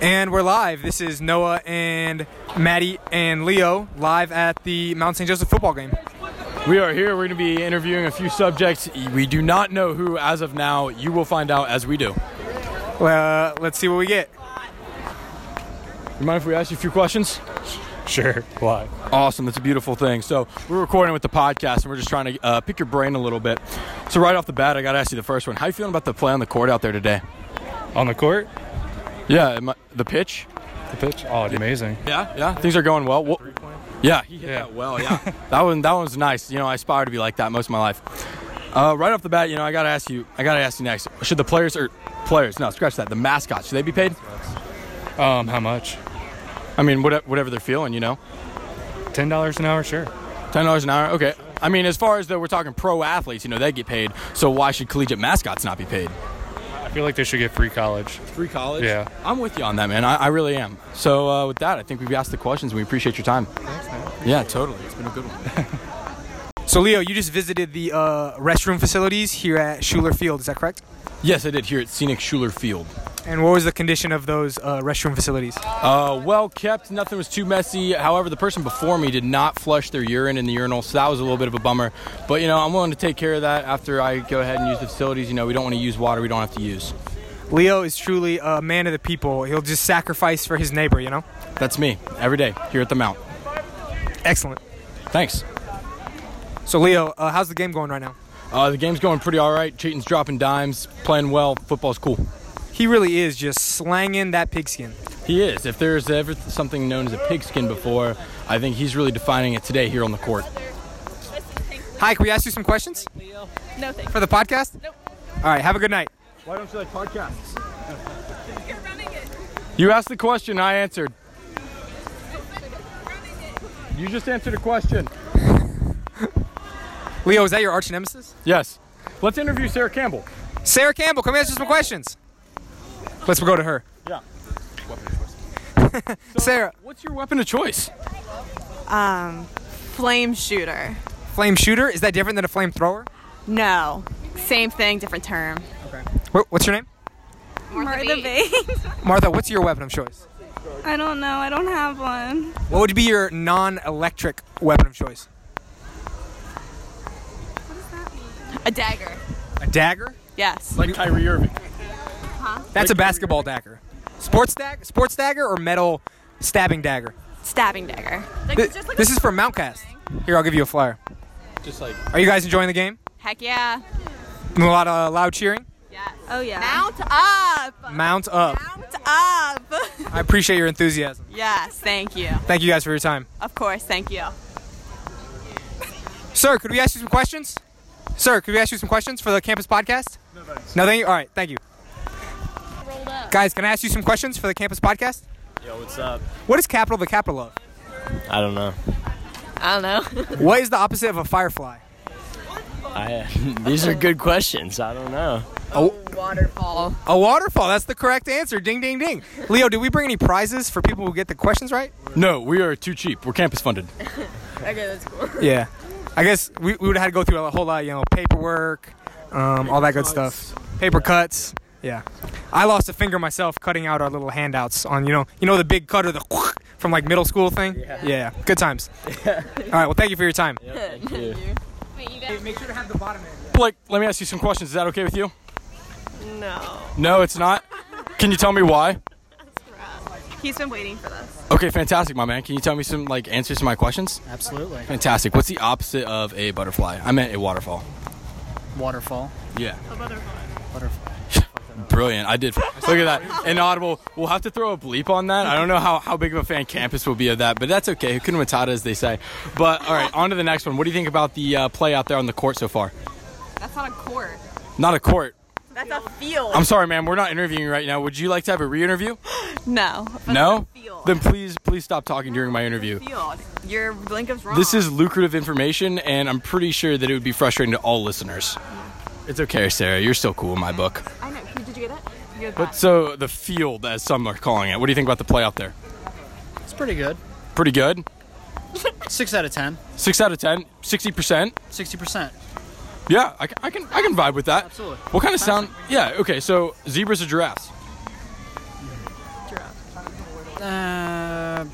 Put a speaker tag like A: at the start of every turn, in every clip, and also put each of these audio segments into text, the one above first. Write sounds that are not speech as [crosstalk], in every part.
A: And we're live. This is Noah and Maddie and Leo live at the Mount St. Joseph football game.
B: We are here. We're going to be interviewing a few subjects. We do not know who as of now. You will find out as we do.
A: Uh, let's see what we get.
B: You mind if we ask you a few questions?
C: [laughs] Sure. Why?
B: Awesome. That's a beautiful thing. So we're recording with the podcast, and we're just trying to uh, pick your brain a little bit. So right off the bat, I got to ask you the first one. How you feeling about the play on the court out there today?
C: On the court,
B: Yeah, am I- the pitch.
C: the pitch. Oh, it's amazing.
B: Yeah, yeah. Things are going well. Wha- yeah, he hit
C: Yeah.
B: that well. Yeah, that one, that one's nice. You know, I aspire to be like that most of my life. Uh, right off the bat, you know, I gotta ask you. I gotta ask you next. Should the players or players? No, scratch that. The mascots should they be paid?
C: Um, how much?
B: I mean, what, whatever they're feeling, you know,
C: Ten dollars an hour, sure.
B: ten dollars an hour. Okay. I mean, as far as though we're talking pro athletes, you know, they get paid. So why should collegiate mascots not be paid?
C: I feel like they should get free college.
B: Free college.
C: Yeah.
B: I'm with you on that, man. I, I really am. So uh, with that, I think we've asked the questions. and We appreciate your time. Yeah, totally. It's been a good one.
A: So, Leo, you just visited the uh, restroom facilities here at Schuler Field, is that correct?
B: Yes, I did here at Scenic Schuler Field.
A: And what was the condition of those uh, restroom facilities?
B: Uh, well kept, nothing was too messy. However, the person before me did not flush their urine in the urinal, so that was a little bit of a bummer. But you know, I'm willing to take care of that after I go ahead and use the facilities. You know, we don't want to use water we don't have to use.
A: Leo is truly a man of the people. He'll just sacrifice for his neighbor, you know?
B: That's me every day here at the Mount.
A: Excellent.
B: Thanks.
A: So, Leo, uh, how's the game going right now?
B: Uh, the game's going pretty all right. Cheating's dropping dimes, playing well. Football's cool.
A: He really is just slanging that pigskin.
B: He is. If there's ever something known as a pigskin before, I think he's really defining it today here on the court.
A: Hi, can we ask you some questions
D: No thanks.
A: for the podcast?
D: Nope.
A: All right, have a good night.
B: Why don't you like podcasts?
D: You're running it.
B: You asked the question, I answered. You just answered a question.
A: Leo, is that your arch nemesis?
B: Yes. Let's interview Sarah Campbell.
A: Sarah Campbell, come answer some questions. Let's go to her. [laughs]
B: Yeah.
A: Sarah,
B: What's your weapon of choice?
D: Um, Flame shooter.
A: flame shooter, is that different than a flamethrower?
D: No. Same thing, different term.
A: Wh- What's your name?
D: Martha,
A: Martha, what's your weapon of choice?
D: I don't know. I don't have one.
A: What would be your non electric weapon of choice?
D: [laughs] A dagger.
A: A dagger?
D: Yes.
B: Like Kyrie Irving.
A: That's a basketball dagger. Sports dag, sports dagger or metal stabbing dagger?
D: Stabbing dagger.
A: Th- this is from Mountcast. Here, I'll give you a flyer.
B: Just like
A: Are you guys enjoying the game?
D: Heck yeah.
A: A lot of loud cheering.
D: Yes. Oh yeah. Mount up.
A: Mount up.
D: Mount up. [laughs]
A: I appreciate your enthusiasm.
D: yes. Thank you.
A: Thank you guys for your time.
D: Of course. Thank you.
A: Sir, could we ask you some questions? Sir, could we ask you some questions for the campus podcast? No, thanks. No, thank you. All right, thank you. Guys, can I ask you some questions for the campus podcast?
E: Yo, what's up?
A: What is capital the capital of?
E: I don't know.
D: I don't know. [laughs]
A: What is the opposite of a firefly?
E: I [laughs] these are good questions. I don't know.
D: Waterfall.
A: A waterfall. That's the correct answer. Ding, ding, ding. Leo, did we bring any prizes for people who get the questions right?
B: No, we are too cheap. We're campus funded.
D: Okay, that's cool.
A: Yeah. I guess we, we would have had to go through a whole lot, you know, paperwork, um, all that good stuff. Paper cuts. Yeah. I lost a finger myself cutting out our little handouts on, you know, you know the big cutter, the [laughs] from like middle school thing. Yeah. Good [laughs] times. all right. Well, thank you for your time.
E: Thank you. [laughs]
A: Make sure to have the bottom end.
B: Blake, let me ask you some questions. Is that okay with you?
D: No.
B: No, it's not. Can you tell me why?
D: He's been waiting for this.
B: Okay, fantastic, my man. Can you tell me some like answers to my questions?
F: Absolutely.
B: Fantastic. What's the opposite of a butterfly? I meant a waterfall.
F: Waterfall.
B: Yeah.
F: Butterfly.
B: [laughs] Brilliant. I did. Look at that. Inaudible. We'll have to throw a bleep on that. I don't know how, how big of a fan campus will be of that, but that's okay. Hakuna Matata, as they say. But all right, on to the next one. What do you think about the uh, play out there on the court so far?
D: That's not a court.
B: Not a court.
D: That's a field.
B: I'm sorry, ma'am. We're not interviewing you right now. Would you like to have a re-interview?
D: no.
B: No.
D: That's a field.
B: Then please, please stop talking during my interview.
D: field. Your Blinkup's wrong.
B: This is lucrative information, and I'm pretty sure that it would be frustrating to all listeners. It's okay, Sarah. You're still cool in my book.
D: I know. Did you get it? You get
B: But so the field, as some are calling it. What do you think about the play out there?
F: It's pretty good.
B: Pretty good.
F: Six out of ten.
B: Six out of ten. Sixty percent.
F: Sixty percent.
B: Yeah, I, can- I can I can vibe with that.
F: Absolutely.
B: What kind of sound? Yeah. Okay. So zebras or giraffes?
D: giraffe?
F: Uh,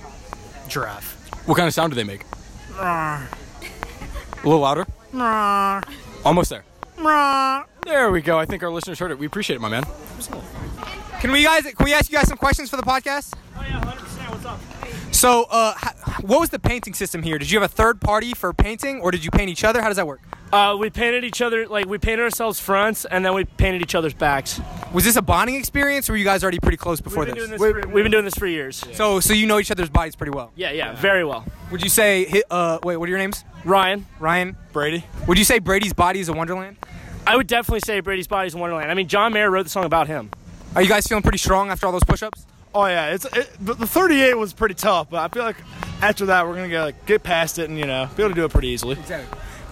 F: giraffe.
B: What kind of sound do they make? A little louder. Almost there. There we go. I think our listeners heard it. We appreciate it, my man.
A: Can we guys? Can we ask you guys some questions for the podcast? Oh yeah, 100%. What's up? So, uh, h- what was the painting system here? Did you have a third party for painting, or did you paint each other? How does that work?
G: Uh, we painted each other like we painted ourselves fronts, and then we painted each other's backs.
A: Was this a bonding experience, or were you guys already pretty close before
G: We've been doing
A: this?
G: this, for, we've been doing this for years.
A: So, so you know each other's bodies pretty well.
G: Yeah, yeah, very well.
A: Would you say? hi- Uh, wait, what are your names?
G: Ryan,
A: Ryan.
B: Brady.
A: Would you say Brady's body is a wonderland?
G: I would definitely say Brady's Body's Wonderland. I mean, John Mayer wrote the song about him.
A: Are you guys feeling pretty strong after all those push-ups?
H: Oh yeah, it's it, the, the 38 was pretty tough, but I feel like after that we're gonna go like get past it and you know be able to do it pretty easily.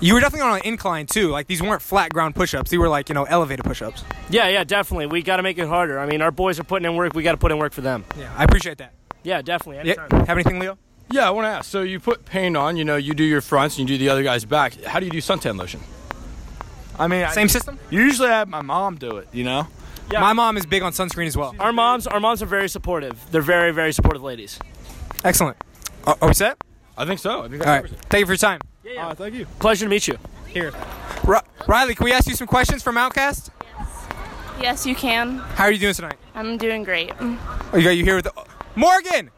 A: You were definitely on an incline too. Like these weren't flat ground push-ups. These were like you know elevated push-ups.
G: Yeah, yeah, definitely. We got to make it harder. I mean, our boys are putting in work. We got to put in work for them.
A: Yeah, I appreciate that.
G: Yeah, definitely. Anytime.
A: Yeah. Have anything, Leo?
B: Yeah, I want to ask. So you put paint on. You know, you do your fronts and you do the other guy's back. How do you do suntan lotion?
H: I mean, I,
A: Same system.
H: Usually I have my mom do it, you know.
G: Yeah.
A: My mom is big on sunscreen as well.
G: Our moms, our moms are very supportive. They're very, very supportive ladies.
A: Excellent. Are, are we set?
B: I think so. I think
A: All right. Thank you for your time.
H: Uh, thank you.
G: Pleasure to meet you.
A: Ri- Riley, can we ask you some questions from Outcast?
I: Yes, you can.
A: How are you doing tonight?
I: I'm doing great.
A: Oh, you got you here with the, Morgan.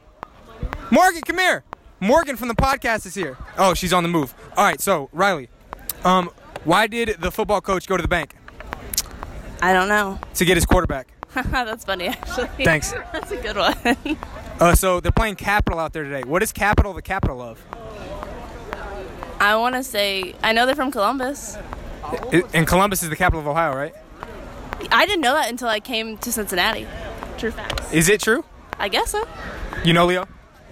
A: Morgan, come here. Morgan from the podcast is here. Oh, she's on the move. All right, so Riley, um, why did the football coach go to the bank
I: I don't know.
A: to get his quarterback?
I: [laughs] That's funny, actually.
A: Thanks.
I: [laughs] That's a good one. [laughs]
A: Uh, so they're playing Capital out there today. What is Capital the capital of?
I: I want to say, I know they're from Columbus.
A: I- and Columbus is the capital of Ohio, right?
I: I didn't know that until I came to Cincinnati. True facts.
A: Is it true?
I: I guess so.
A: You know, Leo.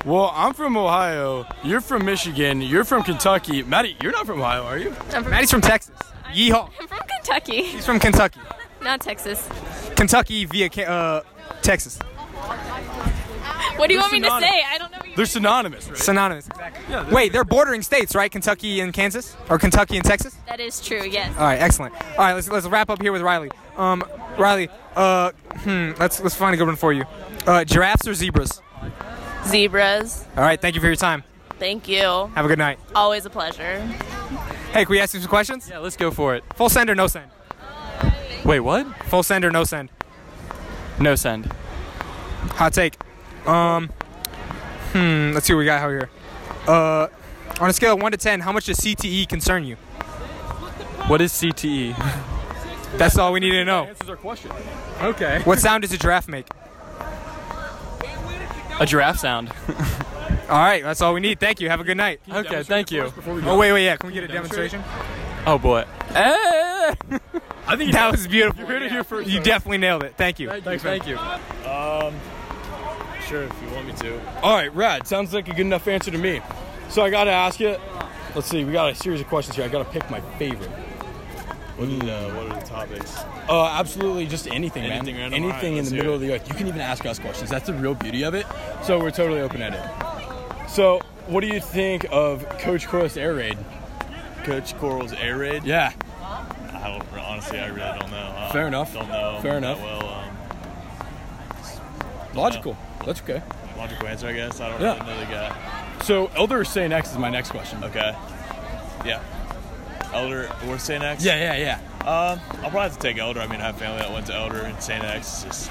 B: Well, I'm from Ohio. You're from Michigan. You're from Kentucky. Maddie, you're not from Ohio, are you?
A: Maddie's from Texas. Yeehaw.
I: I'm from Kentucky, [laughs]
A: He's from Kentucky.
I: not Texas.
A: Kentucky via Ca- uh, Texas.
I: What do you want me to
B: synonymous.
I: say? I don't know. What you
B: They're synonymous, right?
A: Synonymous. Wait, they're bordering states, right? Kentucky and Kansas, or Kentucky and Texas?
I: that is true. Yes.
A: All right, excellent. All right, let's let's wrap up here with Riley. Um, Riley, uh, hmm, let's let's find a good one for you. Uh, giraffes or zebras?
I: Zebras.
A: All right, thank you for your time.
I: Thank you.
A: Have a good night.
I: Always a pleasure.
A: Hey, can we ask you some questions?
B: Yeah, let's go for it.
A: Full send or no send?
B: Wait, what?
A: Full send or no send?
B: No send.
A: Hot take. Um, hmm, let's see what we got out here. Uh, on a scale of one to ten, how much does CTE concern you?
B: What is CTE?
A: That's all we need to know.
B: Answers our question. Okay.
A: [laughs] What sound does a giraffe make?
E: A giraffe sound.
A: All right, that's all we need. Thank you. Have a good night.
E: Okay, thank you.
A: Oh wait, wait, yeah. Can we get a demonstration?
G: [laughs]
E: Oh boy.
B: I think
A: That was beautiful.
B: You heard it here first.
A: You definitely nailed it. Thank you.
B: Thanks, thank you.
E: Sure, if you want me to.
B: All right, rad. Sounds like a good enough answer to me. So I gotta ask you. Let's see. We got a series of questions here. I gotta pick my favorite.
E: What are the, what are the topics?
B: Uh, absolutely, just anything,
E: Anything
B: man.
E: random? Alright,
B: Anything in
E: let's
B: the
E: hear
B: middle
E: it.
B: of the earth. You can even ask us questions. That's the real beauty of it. So we're totally open at it. So, what do you think of Coach Corus air raid?
E: Coach Coral's air raid.
B: Yeah,
E: I don't, honestly, I really don't know. Uh,
B: Fair enough.
E: Don't know.
B: Fair
E: that
B: enough.
E: Well, um,
B: logical. That's okay.
E: um, logical answer, I guess. I don't
B: Yeah.
E: really know the guy.
B: So, Elder Say Next is my next question.
E: Okay. Yeah. Elder or St. X?
B: Yeah, yeah, yeah.
E: Um, I'll probably have to take Elder. I mean, I have family that went to Elder and St. X. It's just,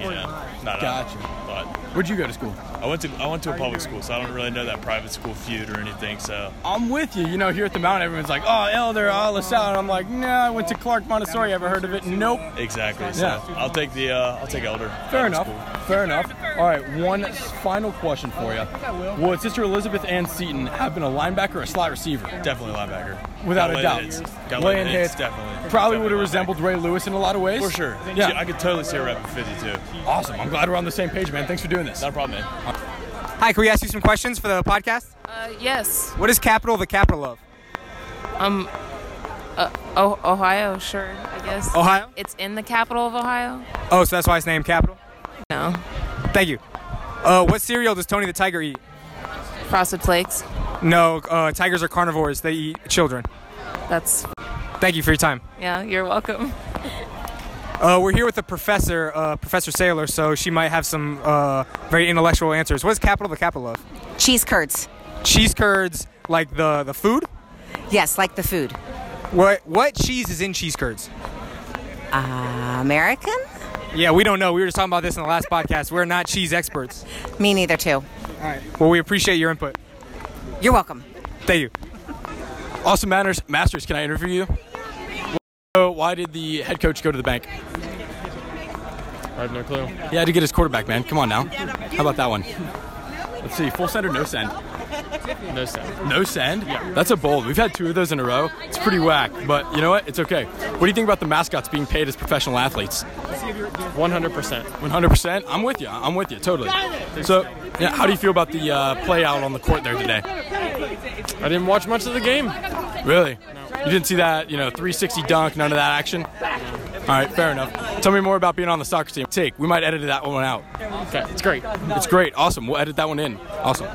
E: you know, not
B: Gotcha.
E: But
B: Where'd you go to school?
E: I went to I went to a public school, so I don't really know that private school feud or anything. So
B: I'm with you. You know, here at the mountain, everyone's like, "Oh, Elder, oh, LaSalle," and I'm like, "No, I went to Clark Montessori. Ever heard of it? Nope."
E: exactly. So
B: Yeah.
E: I'll take the uh, I'll take Elder.
B: Fair
E: private
B: enough.
E: school.
B: Fair enough. All right, one final question for you. Would Sister Elizabeth Ann Seton have been a linebacker or a slot receiver?
E: Definitely linebacker.
B: Without
E: Got
B: a
E: late
B: doubt.
E: hits. Got
B: Lay
E: late
B: in
E: hits,
B: hits.
E: Definitely.
B: Probably
E: Definitely
B: would have
E: linebacker.
B: resembled Ray Lewis in a lot of ways.
E: For sure.
B: Yeah.
E: Yeah. I could totally see her up at 52.
B: Awesome. I'm glad we're on the same page, man. Thanks for doing this.
E: Not a problem, man.
A: Hi, can we ask you some questions for the podcast?
J: Uh, yes.
A: What is capital the capital of?
J: Um, uh, oh, Ohio, sure, I guess.
A: Ohio.
J: It's in the capital of Ohio?
A: Oh, so that's why it's named Capital.
J: No.
A: Thank you. Uh, what cereal does Tony the Tiger eat?
J: Frosted Flakes.
A: No, uh, tigers are carnivores. They eat children.
J: That's,
A: Thank you for your time.
J: yeah, you're welcome.
A: Uh, we're here with the professor, uh, Professor Sailor, so she might have some uh, very intellectual answers. What is capital the capital of?
K: Cheese curds.
A: Cheese curds, like the, the food?
K: Yes, like the food.
A: What what cheese is in cheese curds?
K: Uh, American?
A: Yeah, we don't know. We were just talking about this in the last [laughs] podcast. We're not cheese experts.
K: Me neither, too. All
A: right. Well, we appreciate your input.
K: You're welcome.
A: Thank you.
B: Awesome manners, masters. Can I interview you? So Why did the head coach go to the bank?
C: I have no clue.
B: He had to get his quarterback, man. Come on now. How about that one? Let's see. Full send or no send?
C: No sound.
B: No send? Yeah. That's a bold. We've had two of those in a row. It's pretty whack, but you know what? It's okay. What do you think about the mascots being paid as professional athletes?
C: 100%.
B: 100%? I'm with you. I'm with you, totally. So, yeah, how do you feel about the uh, play out on the court there today?
C: I didn't watch much of the game.
B: Really? You didn't see that, you know, 360 dunk, none of that action? All right, fair enough. Tell me more about being on the soccer team. Take. We might edit that one out.
C: Okay, it's great.
B: It's great. Awesome. We'll edit that one in. Awesome.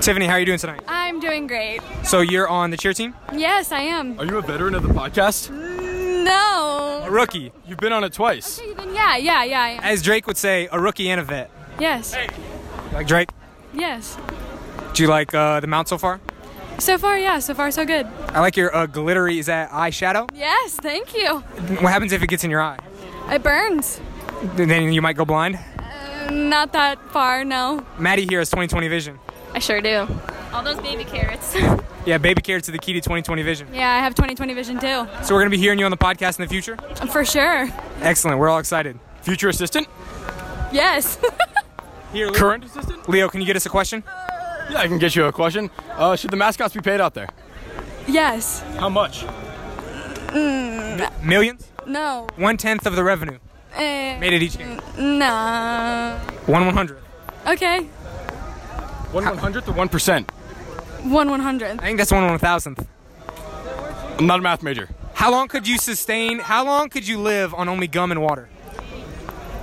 A: Tiffany, how are you doing tonight?
L: I'm doing great.
A: So you're on the cheer team?
L: Yes, I am.
B: Are you a veteran of the podcast?
L: No.
A: A rookie.
B: You've been on it twice.
L: Even- Yeah, yeah, yeah. I am.
A: As Drake would say, a rookie and a vet.
L: Yes.
A: Like Drake,
L: Yes.
A: do you like uh, the mount so far?
L: So far, yeah. So far, so good.
A: I like your uh, glittery, is that eyeshadow?
L: Yes, thank you.
A: What happens if it gets in your eye?
L: It burns.
A: Then you might go blind.
L: Uh, Not that far, no.
A: Maddie here has 2020 vision.
L: I sure do. All those baby carrots. [laughs]
A: Yeah, baby carrots are the key to 2020 vision.
L: yeah, I have 20/20 vision too.
A: So we're going to be hearing you on the podcast in the future?
L: For sure.
A: Excellent. We're all excited.
B: Future assistant?
L: Yes.
I: [laughs]
A: Here,
B: Current assistant?
A: Leo, can you get us a question?
B: Yeah, I can get you a question. Uh, should the mascots be paid out there?
L: yes.
B: How much?
L: Mm,
A: Millions?
L: no.
A: One tenth of the revenue
L: Eh,
A: made at each game.
L: no.
A: One one hundred.
L: Okay.
B: One one hundredth or one percent?
L: One one hundred.
A: I think that's one one thousandth.
B: I'm not a math major.
A: How long could you sustain? How long could you live on only gum and water?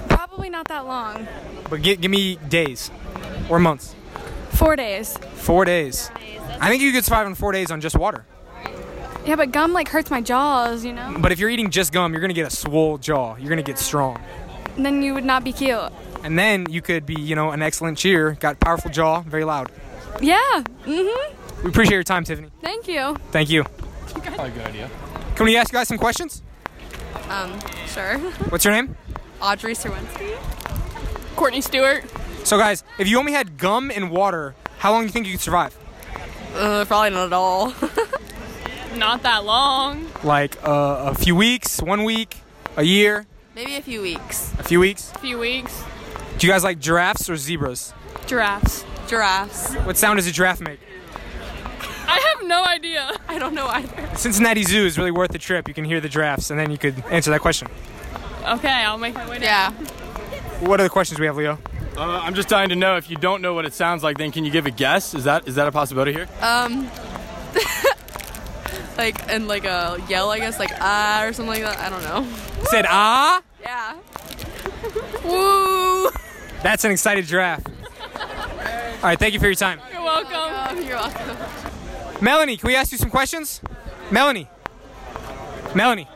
L: Probably not that long.
A: But gi- give me days or months.
L: Four days.
A: Four days. I think you could survive on four days on just water.
L: Yeah, but gum like hurts my jaws, you know.
A: But if you're eating just gum, you're gonna get a swole jaw. You're gonna get strong,
L: And then you would not be cute.
A: and then you could be, you know, an excellent cheer. Got powerful jaw, very loud.
L: Yeah. Mhm.
A: We appreciate your time, Tiffany.
L: Thank you.
A: Thank you.
C: Probably a good idea.
A: Can we ask you guys some questions?
J: Um, sure.
A: What's your name?
J: Audrey Serwinski. Courtney Stewart.
A: So, guys, if you only had gum and water, how long do you think you could survive?
J: Uh, probably not at [laughs] all.
I: Not that long.
A: Like uh, a few weeks, one week, a year,
J: Maybe a few weeks.
A: a few weeks?
J: A few weeks.
A: Do you guys like giraffes or zebras?
J: Giraffes. Giraffes.
A: What sound does a giraffe make?
J: I have no idea. [laughs] I don't know either.
A: Cincinnati Zoo is really worth the trip. You can hear the giraffes, and then you could answer that question.
J: Okay, I'll make my way down. Yeah.
A: What are the questions we have, Leo?
B: Uh, I'm just dying to know if you don't know what it sounds like, then can you give a guess? Is that is that a possibility here?
J: Um, like and like a yell, I guess, like ah or something like that. I don't know.
A: Said ah.
J: Yeah. [laughs] Woo!
A: That's an excited giraffe. All right, thank you for your time.
J: You're welcome. Oh You're welcome.
A: Melanie, can we ask you some questions? Melanie. Melanie.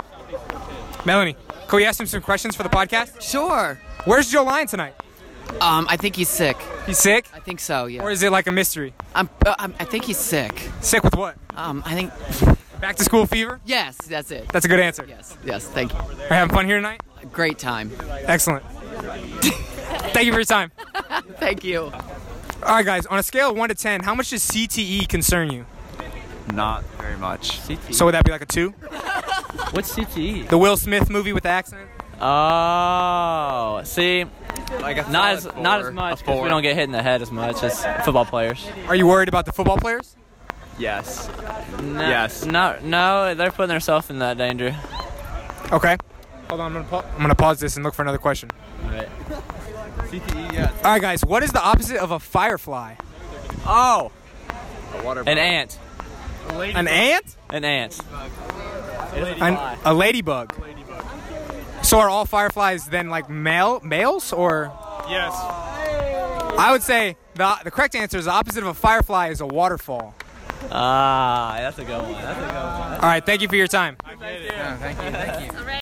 A: Melanie, can we ask him some questions for the podcast?
M: Sure.
A: Where's Joe Lyon tonight?
M: Um, I think he's sick.
A: He's sick?
M: I think so. Yeah.
A: Or is it like a mystery?
M: I'm, uh, I'm. I think he's sick.
A: Sick with what?
M: Um, I think.
A: Back to school fever?
M: Yes, that's it.
A: That's a good answer.
M: Yes. Yes. Thank you.
A: Are you having fun here tonight?
M: Great time.
A: Excellent. [laughs] Thank you for your time.
M: Thank you.
A: All right, guys, on a scale of 1 to 10, how much does CTE concern you?
N: Not very much. CTE.
A: So would that be like a 2?
N: what's CTE?
A: The Will Smith movie with the accident?
N: Oh, see,
M: Like a
N: not as
M: solid
N: not
M: four,
N: as much
M: a
N: 'cause
M: four.
N: we don't get hit in the head as much as football players.
A: Are you worried about the football players?
N: Yes. No,
A: Yes.
N: No, no, they're putting themselves in that danger.
A: Okay. Hold on, I'm gonna, pa- I'm gonna pause this and look for another question.
N: Right.
A: CTE, yeah. All right, guys, what is the opposite of a firefly?
N: Oh,
M: A water
N: an ant.
A: An ant?
N: An ant.
A: An, a ladybug. So are all fireflies then like male males or?
H: Yes.
A: I would say the the correct answer is the opposite of a firefly is a waterfall.
N: Ah, that's a good one. That's a good one.
A: All right, thank you for your time.
N: Thank you. Thank you.